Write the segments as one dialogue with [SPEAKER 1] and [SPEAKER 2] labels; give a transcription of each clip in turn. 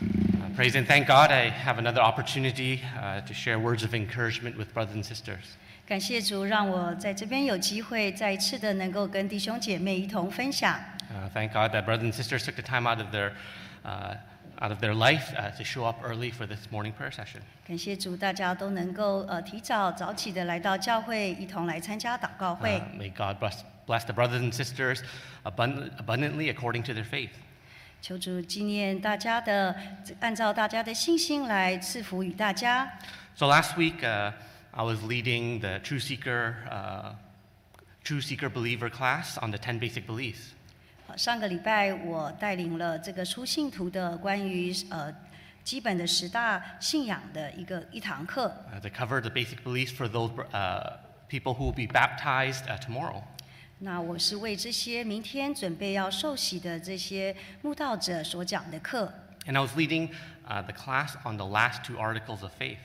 [SPEAKER 1] Uh, Praise and thank God I have another opportunity uh, to share words of encouragement with brothers and sisters.
[SPEAKER 2] 感谢主，让我在这边有机会再一次的能够跟弟兄姐妹一同分享。
[SPEAKER 1] Uh, thank God that brothers and sisters took the time out of their, uh, out of their life uh, to show up early for this morning prayer session.
[SPEAKER 2] 感谢主，大家都能够呃提早早起的来到教会，一同来参加祷告
[SPEAKER 1] Uh,
[SPEAKER 2] 会。
[SPEAKER 1] may God bless, bless the brothers and sisters abund- abundantly according to their faith.
[SPEAKER 2] 求主纪念大家的，按照大家的信心来赐福与大家。
[SPEAKER 1] So last week uh, I was leading the True Seeker, uh, True Seeker Believer class on the 10 basic beliefs.
[SPEAKER 2] 呃上个礼拜我带领了这个书信徒的关于呃基本的十大信仰的一个一堂课。
[SPEAKER 1] uh, to cover the basic beliefs for those uh, people who will be baptized uh, tomorrow.
[SPEAKER 2] 那我是为这些明天准备要受洗的这些慕道者所讲的课，
[SPEAKER 1] And I was leading uh, the class on the last two articles of faith,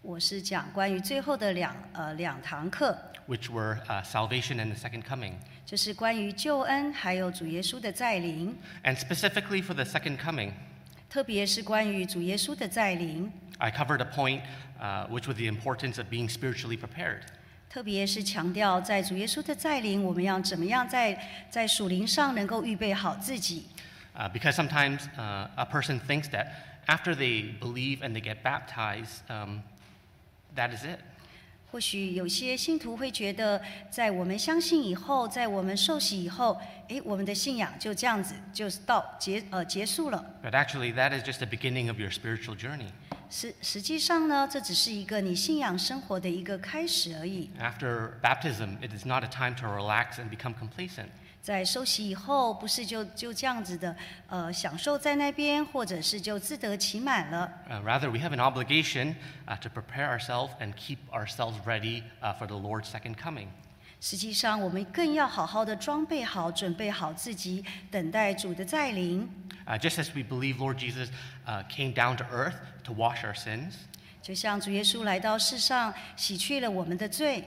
[SPEAKER 2] 我是讲关于最后的两呃两堂课，
[SPEAKER 1] which were uh, salvation and the second coming.
[SPEAKER 2] 就是关于救恩还有主耶稣的再临，
[SPEAKER 1] And specifically for the second coming,
[SPEAKER 2] 特别是关于主耶稣的再临，
[SPEAKER 1] I covered a point uh, which was the importance of being spiritually prepared.
[SPEAKER 2] 特别是强调在主耶稣的再临，我们要怎么样在在属灵上能够预备好自己。
[SPEAKER 1] Uh, because sometimes uh, a person thinks that after they believe and they get baptized, um, that is it.
[SPEAKER 2] 或许有些信徒会觉得，在我们相信以后，在我们受洗以后，诶，我们的信仰就这样子，就是到结呃结束了。
[SPEAKER 1] But actually, that is just the beginning of your spiritual journey.
[SPEAKER 2] 实实际上呢，这只是一个你信仰生活的一个开始而已。
[SPEAKER 1] After baptism, it is not a time to relax and become complacent.
[SPEAKER 2] 在受洗以后，不是就就这样子的，呃，享受在那边，或者是就自得其满了。
[SPEAKER 1] Uh, rather, we have an obligation uh, to prepare ourselves and keep ourselves ready uh, for the Lord's second coming.
[SPEAKER 2] 实际上，我们更要好好的装备好，准备好自己，等待主的再临。
[SPEAKER 1] Uh, just as we believe Lord Jesus uh, came down to earth to wash our sins,
[SPEAKER 2] 就像主耶稣来到世上，洗去了我们的罪，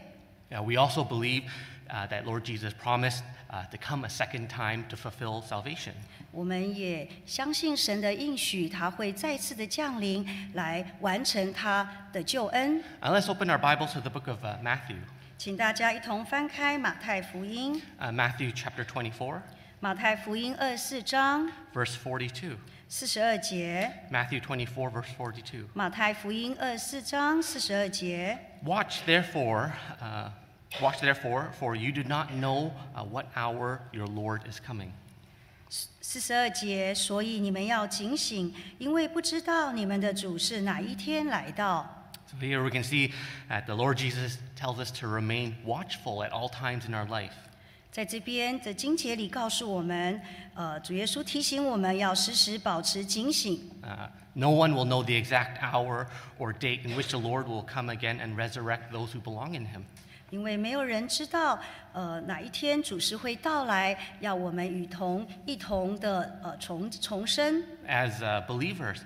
[SPEAKER 1] uh, we also believe uh, that Lord Jesus promised uh, to come a second time to fulfill salvation.
[SPEAKER 2] 我们也相信神的应许，他会再次的降临，来完成他的救恩。
[SPEAKER 1] Uh, let's open our Bibles to the book of uh, Matthew,
[SPEAKER 2] 请大家一同翻开马太福音。
[SPEAKER 1] uh, Matthew chapter 24,
[SPEAKER 2] 马太福音二十四章
[SPEAKER 1] verse 42.
[SPEAKER 2] 四十二节，
[SPEAKER 1] Matthew 24, verse 42.
[SPEAKER 2] 马太福音二十四章四十二节，
[SPEAKER 1] Watch therefore, uh, watch therefore, for you do not know uh, what hour your Lord is coming.
[SPEAKER 2] 四十二节，所以你们要警醒，因为不知道你们的主是哪一天来到。
[SPEAKER 1] So here we can see that the Lord Jesus tells us to remain watchful at all times in our life.
[SPEAKER 2] 在这边的经节里告诉我们，呃，主耶稣提醒我们要时时保持警醒。
[SPEAKER 1] Uh, no one will know the exact hour or date in which the Lord will come again and resurrect those who belong in Him.
[SPEAKER 2] 因为没有人知道，呃，哪一天主是会到来，要我们与同一同的呃重重生。
[SPEAKER 1] As uh, believers,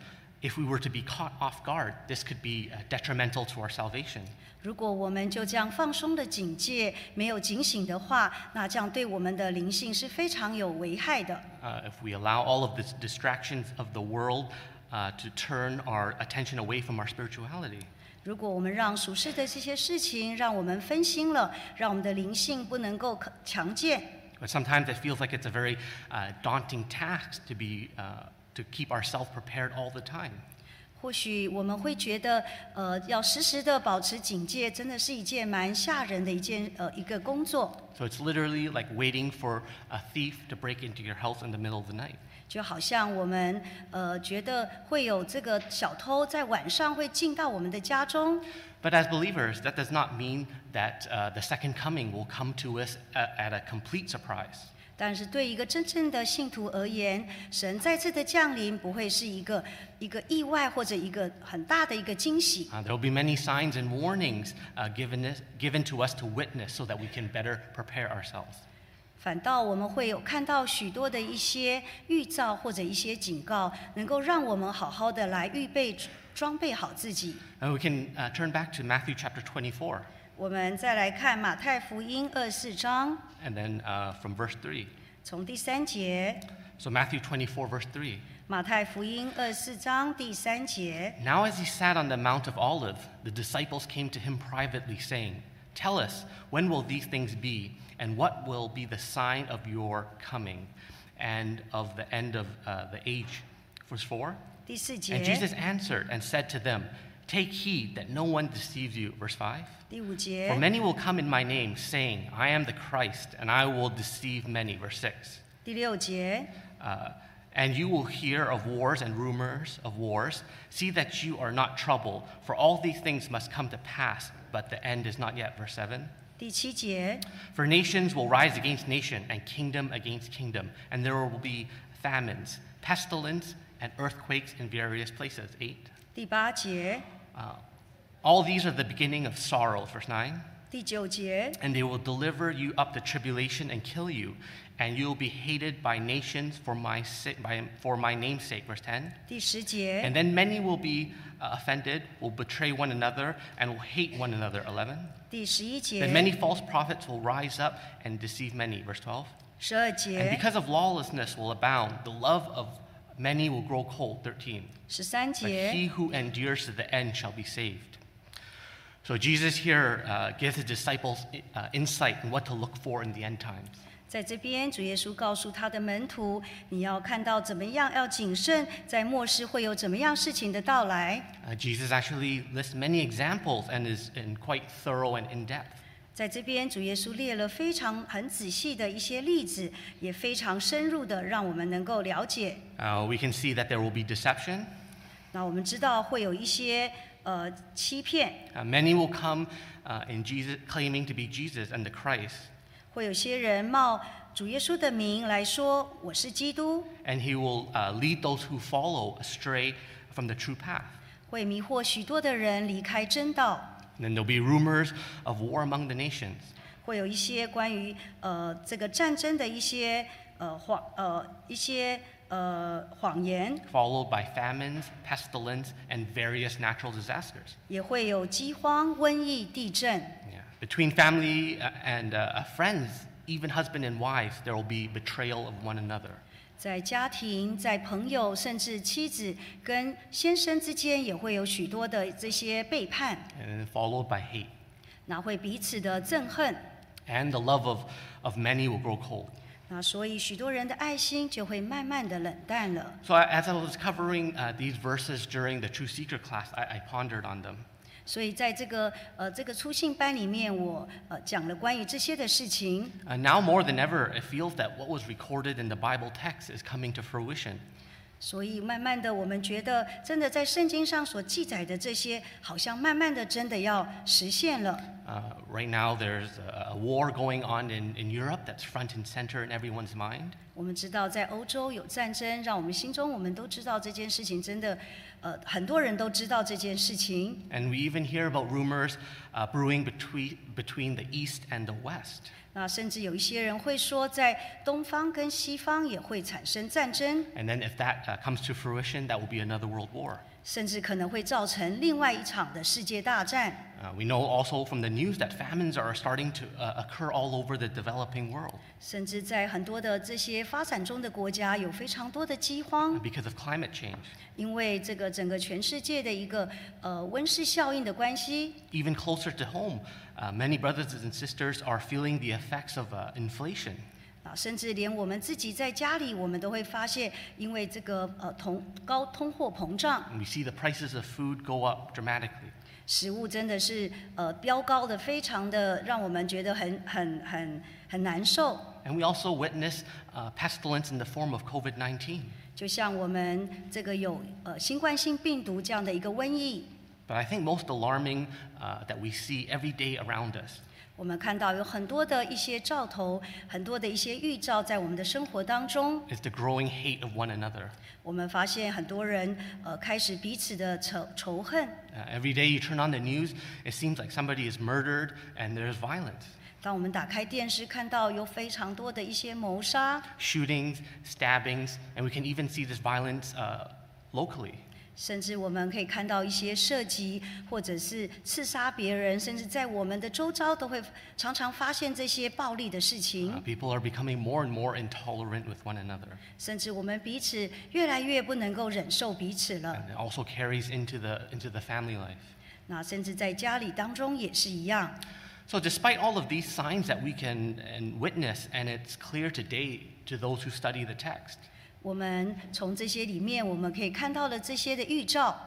[SPEAKER 1] if we were to be caught off guard, this could be uh, detrimental to our salvation.
[SPEAKER 2] 如果我们就这样放松的警戒，没有警醒的话，那这样对我们的灵性是非常有危害的。
[SPEAKER 1] Uh, if we allow all of the distractions of the world uh, to turn our attention away from our spirituality.
[SPEAKER 2] 如果我们让俗世的这些事情让我们分心了，让我们的灵性不能够可强健，
[SPEAKER 1] But sometimes it feels like it's a very uh, daunting task to be uh, to keep ourselves prepared all the time.
[SPEAKER 2] 或许我们会觉得，呃，要时时的保持警戒，真的是一件蛮吓人的一件呃一个工作，
[SPEAKER 1] So it's literally like waiting for a thief to break into your house in the middle of the night.
[SPEAKER 2] 就好像我们呃觉得会有这个小偷在晚上会进到我们的家中，
[SPEAKER 1] But as believers, that does not mean that uh, the second coming will come to us at, at a complete surprise.
[SPEAKER 2] 但是对一个真正的信徒而言，神再次的降临不会是一个一个意外或者一个很大的一个惊喜，
[SPEAKER 1] Uh, there will be many signs and warnings uh, given, this, given to us to witness so that we can better prepare ourselves.
[SPEAKER 2] 反倒我们会有看到许多的一些预兆或者一些警告，能够让我们好好的来预备装备好自己。
[SPEAKER 1] And we can uh, turn back to Matthew chapter 24
[SPEAKER 2] 我们再来看马太福音二四章，
[SPEAKER 1] and then uh, from verse 3.
[SPEAKER 2] 从第三节，
[SPEAKER 1] So, Matthew 24, verse 3.
[SPEAKER 2] 马太福音二十四章第三节，
[SPEAKER 1] Now, as he sat on the Mount of Olives, the disciples came to him privately, saying, Tell us, when will these things be, and what will be the sign of your coming and of the end of uh, the age? Verse 4.
[SPEAKER 2] 第四
[SPEAKER 1] And
[SPEAKER 2] 节
[SPEAKER 1] Jesus，answered and said to them, Take heed that no one deceives you. Verse 5.
[SPEAKER 2] 第五
[SPEAKER 1] For
[SPEAKER 2] 节，
[SPEAKER 1] many will come in my name, saying, I am the Christ, and I will deceive many. Verse 6.
[SPEAKER 2] 第六节，
[SPEAKER 1] Uh, and you will hear of wars and rumors of wars. See that you are not troubled, for all these things must come to pass, but the end is not yet. Verse 7.
[SPEAKER 2] 第七节，
[SPEAKER 1] For nations will rise against nation, and kingdom against kingdom, and there will be famines, pestilence, and earthquakes in various places. 8.
[SPEAKER 2] 第八节，
[SPEAKER 1] Uh, all these are the beginning of sorrows. Verse 9.
[SPEAKER 2] 第九节，
[SPEAKER 1] And they will deliver you up to tribulation and kill you, and you will be hated by nations for my, sake, by, for my name's sake. Verse 10.
[SPEAKER 2] 第十节，
[SPEAKER 1] And then many will be uh, offended, will betray one another, and will hate one another. 11.
[SPEAKER 2] 第十一
[SPEAKER 1] Then many
[SPEAKER 2] 节，
[SPEAKER 1] false prophets will rise up and deceive many. Verse 12.
[SPEAKER 2] 十二
[SPEAKER 1] And
[SPEAKER 2] 节，
[SPEAKER 1] because of lawlessness will abound, the love of many will grow cold. 13.
[SPEAKER 2] 十三
[SPEAKER 1] But he
[SPEAKER 2] 节，
[SPEAKER 1] who endures to the end shall be saved. So Jesus here uh, gives his disciples uh, insight in what to look for in the end times.
[SPEAKER 2] 在这边主耶稣告诉他的门徒，你要看到怎么样，要谨慎，在末世会有怎么样事情的到来。
[SPEAKER 1] Uh, Jesus actually lists many examples and is in quite thorough and in depth.
[SPEAKER 2] 在这边，主耶稣列了非常很仔细的一些例子，也非常深入的让我们能够了解。
[SPEAKER 1] Uh, we can see that there will be deception.
[SPEAKER 2] 那我们知道会有一些呃欺骗，
[SPEAKER 1] Uh, many will come uh, in Jesus, claiming to be Jesus and the Christ,
[SPEAKER 2] 会有些人冒主耶稣的名来说我是基督，
[SPEAKER 1] and he will uh, lead those who follow astray from the true path.
[SPEAKER 2] 会迷惑许多的人离开真道，
[SPEAKER 1] And then there'll be rumors of war among the nations.
[SPEAKER 2] 会有一些关于呃这个战争的一些呃谎呃一些呃谎言，
[SPEAKER 1] followed by famines, pestilence, and various natural disasters.
[SPEAKER 2] 也会有饥荒、瘟疫、地震，
[SPEAKER 1] Yeah. Between family uh, and uh, uh, friends, even husband and wife, there will be betrayal of one another.
[SPEAKER 2] 在家庭、在朋友，甚至妻子跟先生之间也会有许多的这些背叛，
[SPEAKER 1] And then followed by hate.
[SPEAKER 2] 那会彼此的憎恨。
[SPEAKER 1] And the love of, of many will grow cold.
[SPEAKER 2] 那所以许多人的爱心就会慢慢的冷淡了。
[SPEAKER 1] So, I- as I was covering uh, these verses during the True Seeker class, I, I pondered on them.
[SPEAKER 2] 所以在这个呃这个初信班里面，我呃讲了关于这些的事情。
[SPEAKER 1] Uh, now, more than ever, it feels that what was recorded in the Bible text is coming to fruition.
[SPEAKER 2] 所以慢慢的，我们觉得真的在圣经上所记载的这些，好像慢慢的真的要实现了。
[SPEAKER 1] Uh, right now, there's a, a war going on in, in Europe that's front and center in everyone's mind.
[SPEAKER 2] 我们知道在欧洲有战争，让我们心中我们都知道这件事情，真的呃很多人都知道这件事情。
[SPEAKER 1] And we even hear about rumors uh, brewing between, between the East and the West.
[SPEAKER 2] 那甚至有一些人会说，在东方跟西方也会产生战争。
[SPEAKER 1] And then, if that uh, comes to fruition, that will be another world war.
[SPEAKER 2] 甚至可能会造成另外一场的世界大战。
[SPEAKER 1] Uh, we know also from the news that famines are starting to uh, occur all over the developing world
[SPEAKER 2] 甚至在很多的这些发展中的国家，有非常多的饥荒，
[SPEAKER 1] uh, because of climate change.
[SPEAKER 2] 因为这个整个全世界的一个呃温室效应的关系。
[SPEAKER 1] Even closer to home, uh, many brothers and sisters are feeling the effects of uh, inflation.
[SPEAKER 2] 啊，甚至连我们自己在家里，我们都会发现，因为这个呃通高通货膨胀，
[SPEAKER 1] And we see the prices of food go up dramatically.
[SPEAKER 2] 食物真的是呃飙高的，非常的让我们觉得很很很很难受。
[SPEAKER 1] And we also witness uh, pestilence in the form of COVID 19.
[SPEAKER 2] 就像我们这个有呃新冠性病毒这样的一个瘟疫，
[SPEAKER 1] But I think most alarming uh, that we see every day around us
[SPEAKER 2] 我们看到有很多的一些兆头，很多的一些预兆在我们的生活当中，
[SPEAKER 1] is the growing hate of one another.
[SPEAKER 2] 我们发现很多人呃开始彼此的仇仇恨。
[SPEAKER 1] Uh, every day you turn on the news, it seems like somebody is murdered and there's violence,
[SPEAKER 2] 当我们打开电视，看到有非常多的一些谋杀，
[SPEAKER 1] shootings, stabbings, and we can even see this violence uh, locally.
[SPEAKER 2] 甚至我们可以看到一些涉及或者是刺杀别人，甚至在我们的周遭都会常常发现这些暴力的事
[SPEAKER 1] Uh,
[SPEAKER 2] 情，
[SPEAKER 1] people are becoming more and more intolerant with one another.
[SPEAKER 2] 甚至我们彼此越来越不能够忍受彼此了。
[SPEAKER 1] And it also carries into the, into the family life.
[SPEAKER 2] 那甚至在家里当中也是一样。
[SPEAKER 1] So, despite all of these signs that we can and witness, and it's clear today to those who study the text,
[SPEAKER 2] 我们从这些里面，我们可以看到了这些的预兆。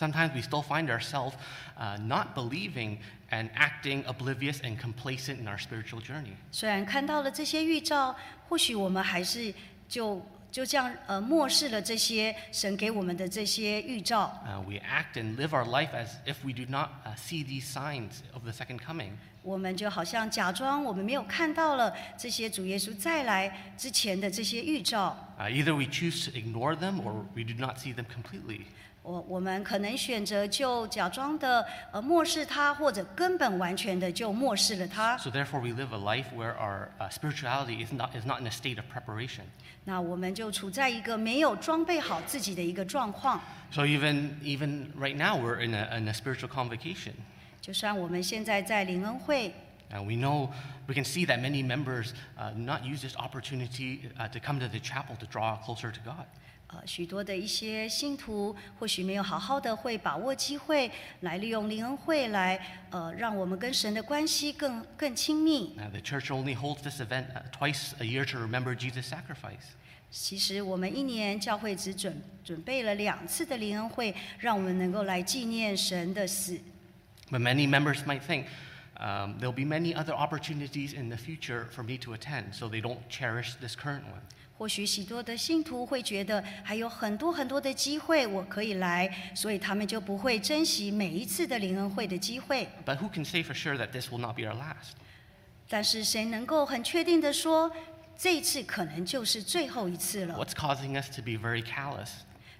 [SPEAKER 1] sometimes we still find ourselves uh, not believing and acting oblivious and complacent in our spiritual journey.
[SPEAKER 2] 虽然看到了这些预兆，或许我们还是就就这样呃漠视了这些神给我们的这些预兆。
[SPEAKER 1] Uh, we act and live our life as if we do not uh, see these signs of the second coming.
[SPEAKER 2] 我们就好像假装我们没有看到了这些主耶稣再来之前的这些预兆。
[SPEAKER 1] Uh, either we choose to ignore them or we do not see them completely.
[SPEAKER 2] 我我们可能选择就假装的呃漠视它，或者根本完全的就漠视了它。
[SPEAKER 1] So, therefore, we live a life where our uh, spirituality is not, is not in a state of preparation.
[SPEAKER 2] 那我们就处在一个没有装备好自己的一个状况。
[SPEAKER 1] So, even, even right now, we're in a, in a spiritual convocation.
[SPEAKER 2] 就像我们现在在灵恩会，
[SPEAKER 1] And we know, we can see that many members uh, not use this opportunity uh, to come to the chapel to draw closer to God.
[SPEAKER 2] 呃，许多的一些信徒或许没有好好的会把握机会来利用灵恩会来呃让我们跟神的关系更更亲密。
[SPEAKER 1] Uh, the church only holds this event uh, twice a year to remember Jesus' sacrifice.
[SPEAKER 2] 其实我们一年教会只准准备了两次的灵恩会，让我们能够来纪念神的死。
[SPEAKER 1] But many members might think um, there'll be many other opportunities in the future for me to attend, so they don't cherish this current one.
[SPEAKER 2] 或许许多的信徒会觉得还有很多很多的机会我可以来，所以他们就不会珍惜每一次的灵恩会的机会。
[SPEAKER 1] But who can say for sure that this will not be our last?
[SPEAKER 2] 但是谁能够很确定的说，这一次可能就是最后一次了？
[SPEAKER 1] What's causing us to be very callous?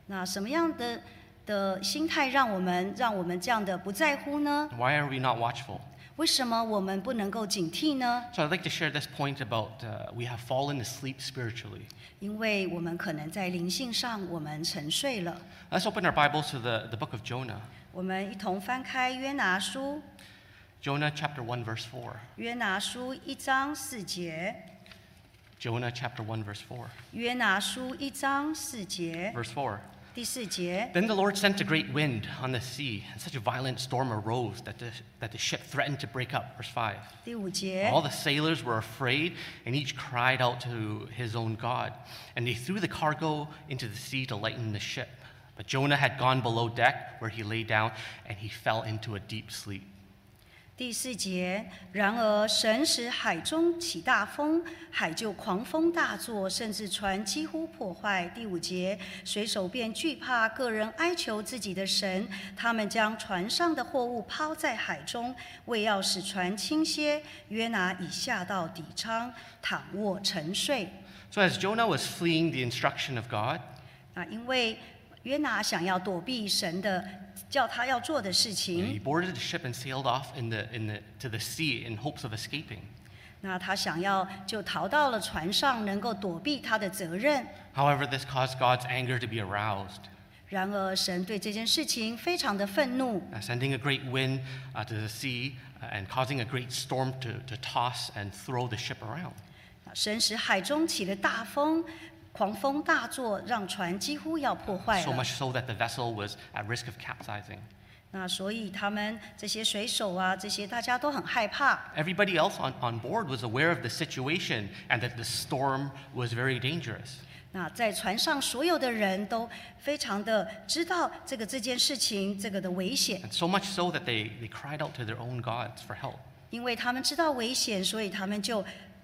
[SPEAKER 2] 那什么样的的心态让我们让我们这样的不在乎呢？
[SPEAKER 1] Why are we not watchful?
[SPEAKER 2] 为什么我们不能够警惕呢？
[SPEAKER 1] So I'd like to share this point about uh, we have fallen asleep spiritually.
[SPEAKER 2] 因为我们可能在灵性上我们沉睡了。
[SPEAKER 1] Let's open our Bibles to the, the book of Jonah.
[SPEAKER 2] 我们一同翻开约拿书，
[SPEAKER 1] Jonah chapter 1, verse 4.
[SPEAKER 2] 约拿书一章四节，
[SPEAKER 1] Jonah chapter 1, verse 4.
[SPEAKER 2] 约拿书一章四节，
[SPEAKER 1] Verse 4.
[SPEAKER 2] 第四节。
[SPEAKER 1] Then the Lord sent a great wind on the sea, and such a violent storm arose that the, that the ship threatened to break up. Verse 5.
[SPEAKER 2] 第五节
[SPEAKER 1] All，the sailors were afraid, and each cried out to his own God. And they threw the cargo into the sea to lighten the ship. But Jonah had gone below deck, where he lay down, and he fell into a deep sleep.
[SPEAKER 2] 第四节。然而神使海中起大风，海就狂风大作，甚至船几乎破坏。第五节，水手便惧怕，个人哀求自己的神，他们将船上的货物抛在海中，为要使船倾斜。约拿已下到底舱，躺卧沉睡。
[SPEAKER 1] So as Jonah was fleeing the instruction of God,
[SPEAKER 2] 啊，因为约拿想要躲避神的叫他要做的事
[SPEAKER 1] he
[SPEAKER 2] 情，
[SPEAKER 1] boarded the ship and sailed off in the, in the, to the sea in hopes of escaping.
[SPEAKER 2] 那他想要就逃到了船上，能够躲避他的责任。
[SPEAKER 1] However, this caused God's anger to be aroused.
[SPEAKER 2] 然而，神对这件事情非常的愤怒，
[SPEAKER 1] Uh, sending a great wind uh, to the sea uh, and causing a great storm to, to toss and throw the ship around.
[SPEAKER 2] 啊神使海中起了大风，狂风大作，让船几乎要破坏
[SPEAKER 1] So
[SPEAKER 2] 了。
[SPEAKER 1] much so that the vessel was at risk of capsizing.
[SPEAKER 2] 那所以他们这些水手啊，这些大家都很害怕。
[SPEAKER 1] Everybody else on, on board was aware of the situation and that the storm was very dangerous.
[SPEAKER 2] 那在船上所有的人都非常的知道这个这件事情这个的危险。
[SPEAKER 1] And so much so that they, they cried out to their own gods for help.
[SPEAKER 2] 因为他们知道危险，所以他们就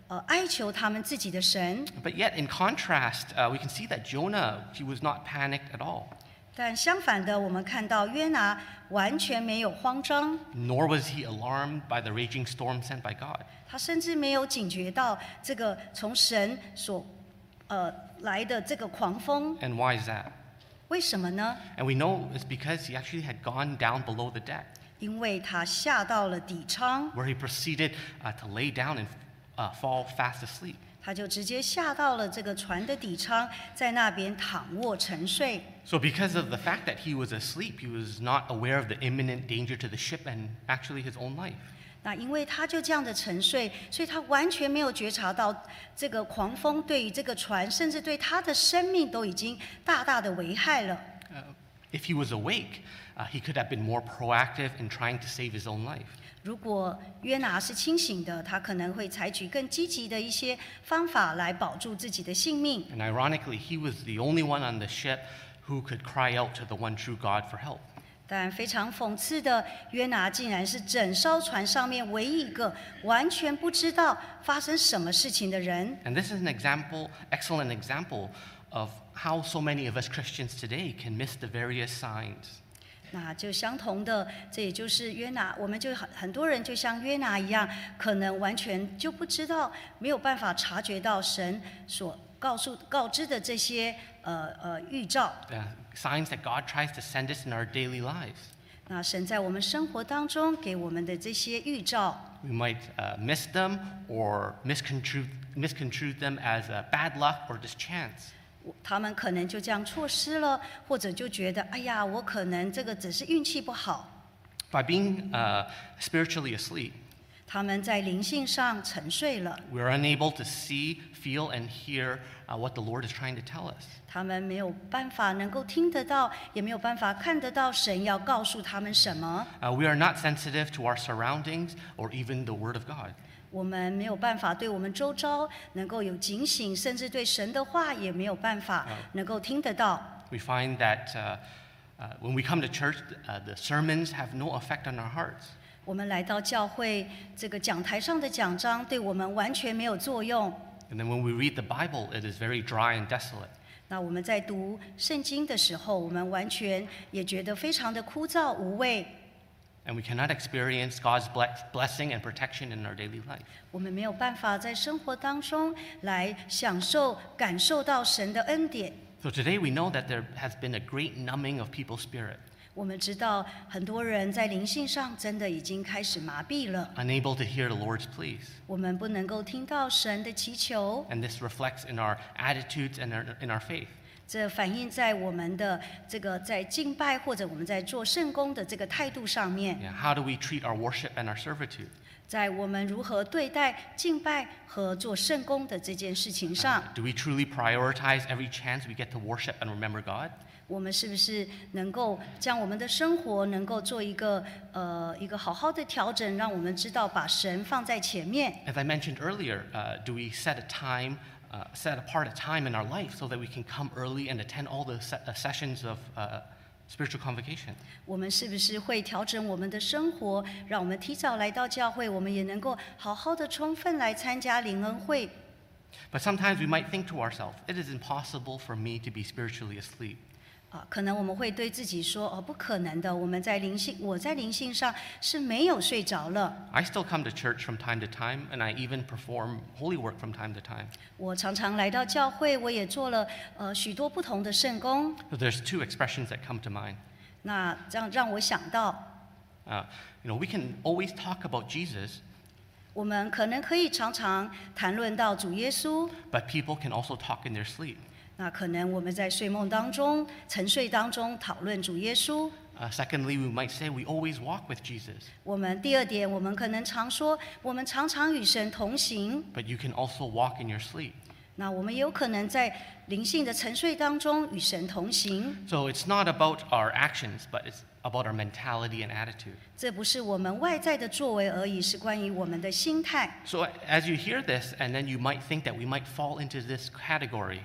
[SPEAKER 2] 呃哀求他们自己的神。
[SPEAKER 1] But yet, in contrast, uh, we can see that Jonah, he was not panicked at all,
[SPEAKER 2] 但相反的，我们看到约拿完全没有慌张，
[SPEAKER 1] nor was he alarmed by the raging storm sent by God.
[SPEAKER 2] 他甚至没有警觉到这个从神所呃来的这个狂风。
[SPEAKER 1] And why is that?
[SPEAKER 2] 为什么呢？
[SPEAKER 1] And we know it's because he actually had gone down below the deck,
[SPEAKER 2] 因为他下到了底舱，
[SPEAKER 1] where he proceeded uh, to lay down and uh, fall fast asleep.
[SPEAKER 2] 他他就直接下到了这个船的底舱，在那边躺卧沉睡。
[SPEAKER 1] So, because of the fact that he was asleep, he was not aware of the imminent danger to the ship and actually his own life.
[SPEAKER 2] 那因为他就这样的沉睡，所以他完全没有觉察到这个狂风对于这个船，甚至对他的生命都已经大大的危害了。
[SPEAKER 1] Uh, if he was awake, uh, he could have been more proactive in trying to save his own life.
[SPEAKER 2] 如果约拿是清醒的，他可能会采取更积极的一些方法来保住自己的性命。
[SPEAKER 1] And ironically, he was the only one on the ship who could cry out to the one true God for help.
[SPEAKER 2] 但非常讽刺的，约拿竟然是整艘船上面唯一一个完全不知道发生什么事情的人。
[SPEAKER 1] And this is an example, excellent example, of how so many of us Christians today can miss the various signs.
[SPEAKER 2] 那就相同的，这也就是约拿，我们就很很多人就像约拿一样，可能完全就不知道，没有办法察觉到神所告诉告知的这些呃呃预兆。
[SPEAKER 1] uh, signs that God tries to send us in our daily lives.
[SPEAKER 2] 那神在我们生活当中给我们的这些预兆，
[SPEAKER 1] We might uh, miss them or misconstrue, misconstrue them as uh, bad luck or just chance.
[SPEAKER 2] 我他们可能就这样错失了，或者就觉得哎呀，我可能这个只是运气不好。
[SPEAKER 1] By being uh, spiritually asleep,
[SPEAKER 2] 他们在灵性上沉睡了，
[SPEAKER 1] we're unable to see, feel, and hear uh, what the Lord is trying to tell us.
[SPEAKER 2] 他们没有办法能够听得到，也没有办法看得到神要告诉他们什么。
[SPEAKER 1] Uh, we are not sensitive to our surroundings or even the Word of God.
[SPEAKER 2] 我们没有办法对我们周遭能够有警醒，甚至对神的话也没有办法能够听得到。
[SPEAKER 1] We find that uh, uh, when we come to church, uh, the sermons have no effect on our hearts.
[SPEAKER 2] 我们来到教会这个讲台上的讲章，对我们完全没有作用。
[SPEAKER 1] And then when we read the Bible, it is very dry and desolate.
[SPEAKER 2] 那我们在读圣经的时候，我们完全也觉得非常的枯燥无味，
[SPEAKER 1] and we cannot experience God's ble- blessing and protection in our daily life.
[SPEAKER 2] 我们没有办法在生活当中来享受、感受到神的恩典。
[SPEAKER 1] So today we know that there has been a great numbing of people's spirit,
[SPEAKER 2] 我们知道很多人在灵性上真的已经开始麻痹了，
[SPEAKER 1] unable to hear the Lord's pleas.
[SPEAKER 2] 我们不能够听到神的祈求，
[SPEAKER 1] And this reflects in our attitudes and our, in our faith.
[SPEAKER 2] 这反映在我们的这个在敬拜或者我们在做圣功的这个态度上面，
[SPEAKER 1] Yeah, how do we treat our worship and our servitude?
[SPEAKER 2] 在我们如何对待敬拜和做圣功的这件事情上。
[SPEAKER 1] Do we truly prioritize every chance we get to worship and remember God?
[SPEAKER 2] 我们是不是能够将我们的生活能够做一个呃一个好好的调整，让我们知道把神放在前面？
[SPEAKER 1] As I mentioned earlier, uh, do we set a time, uh, set apart a time in our life so that we can come early and attend all the se- uh, sessions of uh, spiritual convocation?
[SPEAKER 2] 我们是不是会调整我们的生活，让我们提早来到教会，我们也能够好好的充分来参加灵恩会？
[SPEAKER 1] But sometimes we might think to ourselves, it is impossible for me to be spiritually asleep.
[SPEAKER 2] 啊，可能我们会对自己说：“哦，不可能的，我们在灵性，我在灵性上是没有睡着了。
[SPEAKER 1] I still come to church from time to time, and I even perform holy work from time to time.
[SPEAKER 2] 我常常来到教会，我也做了呃许多不同的圣功。
[SPEAKER 1] So there's two expressions that come to mind.
[SPEAKER 2] 那让让我想到，
[SPEAKER 1] Uh, you know, we can always talk about Jesus,
[SPEAKER 2] 我们可能可以常常谈论到主耶稣，
[SPEAKER 1] but people can also talk in their sleep.
[SPEAKER 2] 那可能我们在睡梦当中、沉睡当中讨论主耶稣。
[SPEAKER 1] Uh, secondly, we might say we always walk with Jesus,
[SPEAKER 2] 我们第二点，我们可能常说，我们常常与神同行。
[SPEAKER 1] but you can also walk in your sleep.
[SPEAKER 2] 那我们有可能在灵性的沉睡当中与神同行。
[SPEAKER 1] So it's not about our actions, but it's about our mentality and attitude.
[SPEAKER 2] 这不是我们外在的作为而已，是关于我们的心态。
[SPEAKER 1] So as you hear this, and then you might think that we might fall into this category.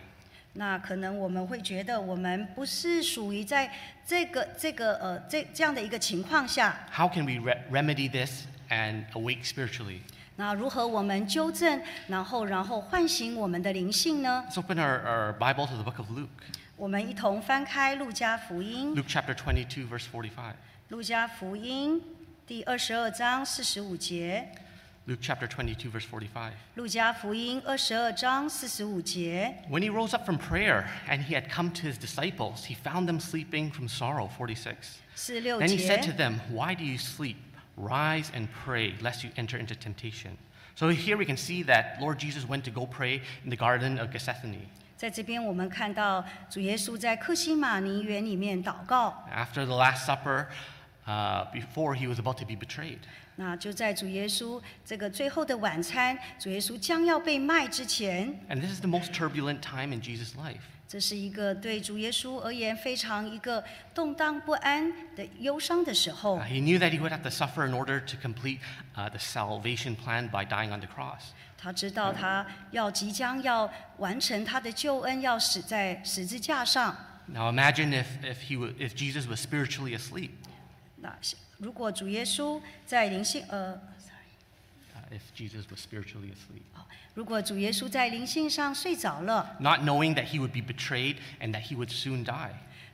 [SPEAKER 2] 那可能我们会觉得，我们不是属于在这个这个呃这这样的一个情况下，
[SPEAKER 1] How can we re- remedy this and awake spiritually?
[SPEAKER 2] 那如何我们纠正，然后然后唤醒我们的灵性呢？
[SPEAKER 1] Let's open our, our Bible to the book of Luke.
[SPEAKER 2] 我们一同翻开《路加福音》，《
[SPEAKER 1] Luke chapter 22, verse 45.
[SPEAKER 2] 路加福音》第二十二章四十五节，《
[SPEAKER 1] Luke chapter 22, verse 45.
[SPEAKER 2] 路加福音》二十二章四十五节。
[SPEAKER 1] When he rose up from prayer and he had come to his disciples, he found them sleeping from sorrow. 46.
[SPEAKER 2] 四六
[SPEAKER 1] Then he said to
[SPEAKER 2] 节，
[SPEAKER 1] them, Why do you sleep? Rise and pray, lest you enter into temptation. So here we can see that Lord Jesus went to go pray in the Garden of Gethsemane.
[SPEAKER 2] 在这边，我们看到主耶稣在克西马尼园里面祷告。
[SPEAKER 1] After the Last Supper, uh, before he was about to be betrayed.
[SPEAKER 2] 那就在主耶稣这个最后的晚餐，主耶稣将要被卖之前，
[SPEAKER 1] And this is the most turbulent time in Jesus' life.
[SPEAKER 2] 这是一个对主耶稣而言非常一个动荡不安的忧伤的时
[SPEAKER 1] Uh,
[SPEAKER 2] 候。
[SPEAKER 1] he knew that he would have to suffer in order to complete uh, the salvation plan by dying on the cross.
[SPEAKER 2] 他知道他要即将要完成他的救恩，要死在十字架上。
[SPEAKER 1] Now imagine if, if, he w- if Jesus was spiritually asleep,
[SPEAKER 2] 那是如果主耶稣在灵性呃
[SPEAKER 1] uh, if Jesus was spiritually asleep,
[SPEAKER 2] 哦如果主耶稣在灵性上睡着了，
[SPEAKER 1] not knowing that he would be betrayed and that he would soon die.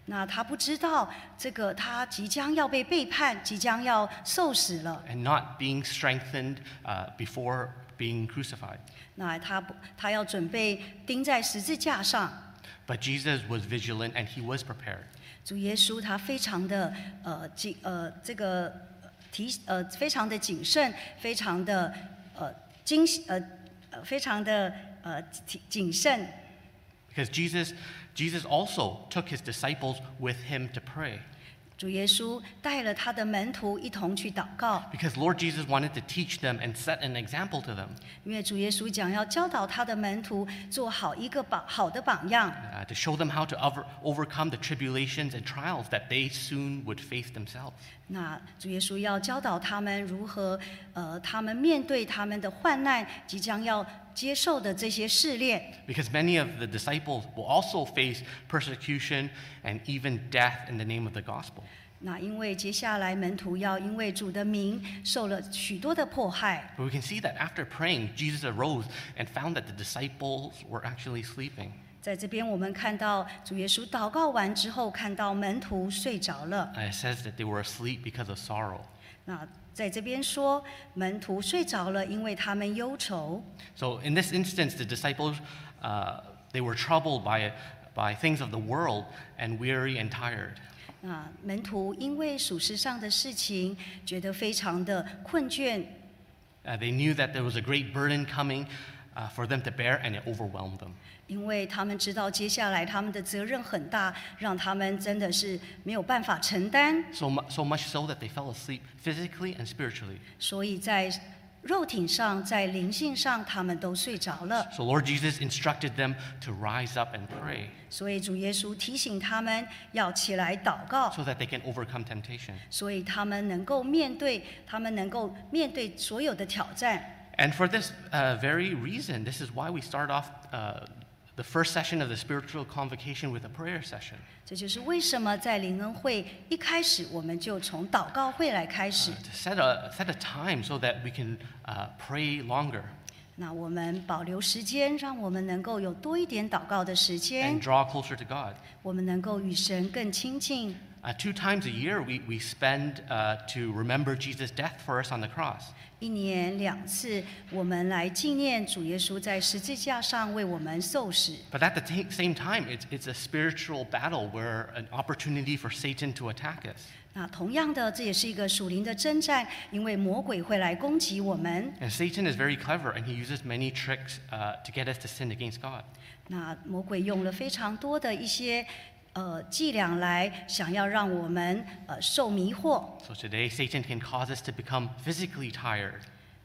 [SPEAKER 2] 那他不知道这个他即将要被背叛，即将要受死了。
[SPEAKER 1] and not being strengthened uh, before being crucified.
[SPEAKER 2] 那他不，他要准备钉在十字架上。
[SPEAKER 1] But Jesus was vigilant and he was prepared.
[SPEAKER 2] 主耶稣他非常的呃谨呃这个呃提呃非常的谨慎，非常的呃精呃呃非常的呃谨谨慎，
[SPEAKER 1] Because Jesus, Jesus also took his disciples with him to pray.
[SPEAKER 2] 主耶稣带了他的门徒一同去祷告，
[SPEAKER 1] Because Lord Jesus wanted to teach them and set an example to them,
[SPEAKER 2] 因为主耶稣讲要教导他的门徒做好一个榜好的榜样，
[SPEAKER 1] uh, to show them how to over, overcome the tribulations and trials that they soon would face themselves.
[SPEAKER 2] 那主耶稣要教导他们如何呃，他们面对他们的患难即将要接受的这些试炼，
[SPEAKER 1] Because many of the disciples will also face persecution and even death in the name of the gospel.
[SPEAKER 2] 那因为接下来门徒要因为主的名受了许多的迫害，
[SPEAKER 1] But we can see that after praying, Jesus arose and found that the disciples were actually sleeping.
[SPEAKER 2] 在这边我们看到主耶稣祷告完之后，看到门徒睡着了。
[SPEAKER 1] And Uh, it says that they were asleep because of sorrow.
[SPEAKER 2] 那在这边说门徒睡着了，因为他们忧愁。
[SPEAKER 1] So in this instance, the disciples uh, they were troubled by by things of the world and weary and tired.
[SPEAKER 2] 啊，门徒因为属世上的事情，觉得非常的困倦。
[SPEAKER 1] Uh, they knew that there was a great burden coming uh, for them to bear, and it overwhelmed them.
[SPEAKER 2] 因为他们知道接下来他们的责任很大，让他们真的是没有办法承担，
[SPEAKER 1] So, mu- so much so that they fell asleep physically and spiritually.
[SPEAKER 2] 所以在肉体上、在灵性上，他们都睡着了。
[SPEAKER 1] So Lord Jesus instructed them to rise up and pray
[SPEAKER 2] 所以主耶稣提醒他们要起来祷告，
[SPEAKER 1] so that they can overcome temptation.
[SPEAKER 2] 所以他们能够面对，他们能够面对所有的挑战。
[SPEAKER 1] And for this uh, very reason, this is why we start off uh, the first session of the spiritual convocation with a prayer session.
[SPEAKER 2] 这就是为什么在灵恩会一开始，我们就从祷告会来开
[SPEAKER 1] uh,
[SPEAKER 2] 始。
[SPEAKER 1] to set a, set a time so that we can uh, pray longer
[SPEAKER 2] 那我们保留时间，让我们能够有多一点祷告的时
[SPEAKER 1] and
[SPEAKER 2] 间，
[SPEAKER 1] draw closer to God.
[SPEAKER 2] 我们能够与神更亲近。
[SPEAKER 1] Uh, two times a year, we, we spend uh, to remember Jesus' death for us on the cross.
[SPEAKER 2] 一年两次，我们来纪念主耶稣在十字架上为我们受死。
[SPEAKER 1] But at the ta- same time, it's, it's a spiritual battle where an opportunity for Satan to attack us.
[SPEAKER 2] 那同样的，这也是一个属灵的征战，因为魔鬼会来攻击我们。
[SPEAKER 1] And Satan is very clever and he uses many tricks uh, to get us to sin against God.
[SPEAKER 2] 那魔鬼用了非常多的一些呃伎俩来想要让我们呃受迷惑。
[SPEAKER 1] So today, Satan can cause us to become physically tired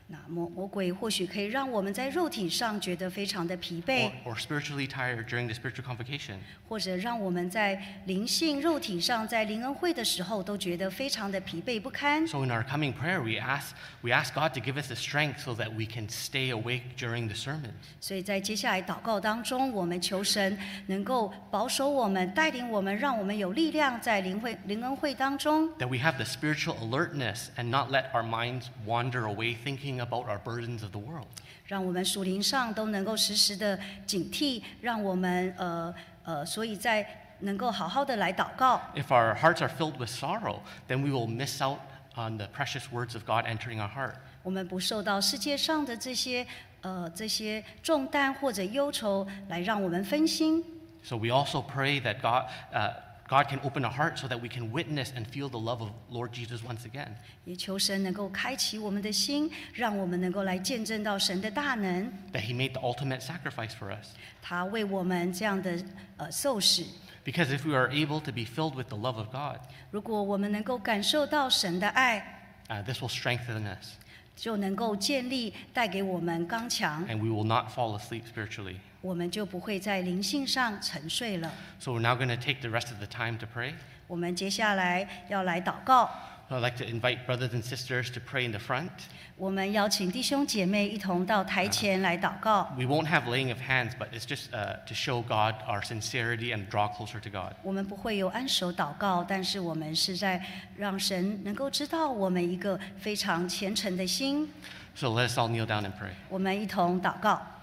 [SPEAKER 2] 那魔魔鬼或许可以让我们在肉体上觉得非常的疲
[SPEAKER 1] or,
[SPEAKER 2] 惫，
[SPEAKER 1] or spiritually tired during the spiritual convocation.
[SPEAKER 2] 或者让我们在灵性、肉体上，在灵恩会的时候都觉得非常的疲惫不堪。
[SPEAKER 1] So in our coming prayer, we ask, we ask God to give us the strength so that we can stay awake during the sermons.
[SPEAKER 2] 所以在接下来祷告当中，我们求神能够保守我们，带领我们，让我们有力量在灵会灵恩会当中，
[SPEAKER 1] That we have the spiritual alertness and not let our minds wander away thinking about our burdens of the world.
[SPEAKER 2] 让我们属灵上都能够时时的警惕，让我们呃呃，所以在能够好好的来祷告。
[SPEAKER 1] If our hearts are filled with sorrow, then we will miss out on the precious words of God entering our heart.
[SPEAKER 2] 我们不受到世界上的这些呃这些重担或者忧愁来让我们分心。
[SPEAKER 1] So we also pray that God, uh, God can open our heart so that we can witness and feel the love of Lord Jesus once again.
[SPEAKER 2] 也求神能够开启我们的心，让我们能够来见证到神的大能。
[SPEAKER 1] That He made the ultimate sacrifice for us.
[SPEAKER 2] 他为我们这样的呃受死。
[SPEAKER 1] Because if we are able to be filled with the love of God,
[SPEAKER 2] 如果我们能够感受到神的爱，
[SPEAKER 1] uh, this will strengthen us
[SPEAKER 2] 就能够建立带给我们刚强，
[SPEAKER 1] and we will not fall asleep spiritually.
[SPEAKER 2] 我们就不会在灵性上沉睡了。
[SPEAKER 1] So we're now going to take the rest of the time to pray.
[SPEAKER 2] 我们接下来要来祷告，
[SPEAKER 1] So I'd like to invite brothers and sisters to pray in the front.
[SPEAKER 2] 我们邀请弟兄姐妹一同到台前来祷告。
[SPEAKER 1] We won't have laying of hands, but it's just uh, to show God our sincerity and draw closer to God.
[SPEAKER 2] 我们不会有安守祷告，但是我们是在让神能够知道我们一个非常虔诚的心。
[SPEAKER 1] So let us all kneel down and pray.
[SPEAKER 2] 我们一同祷告。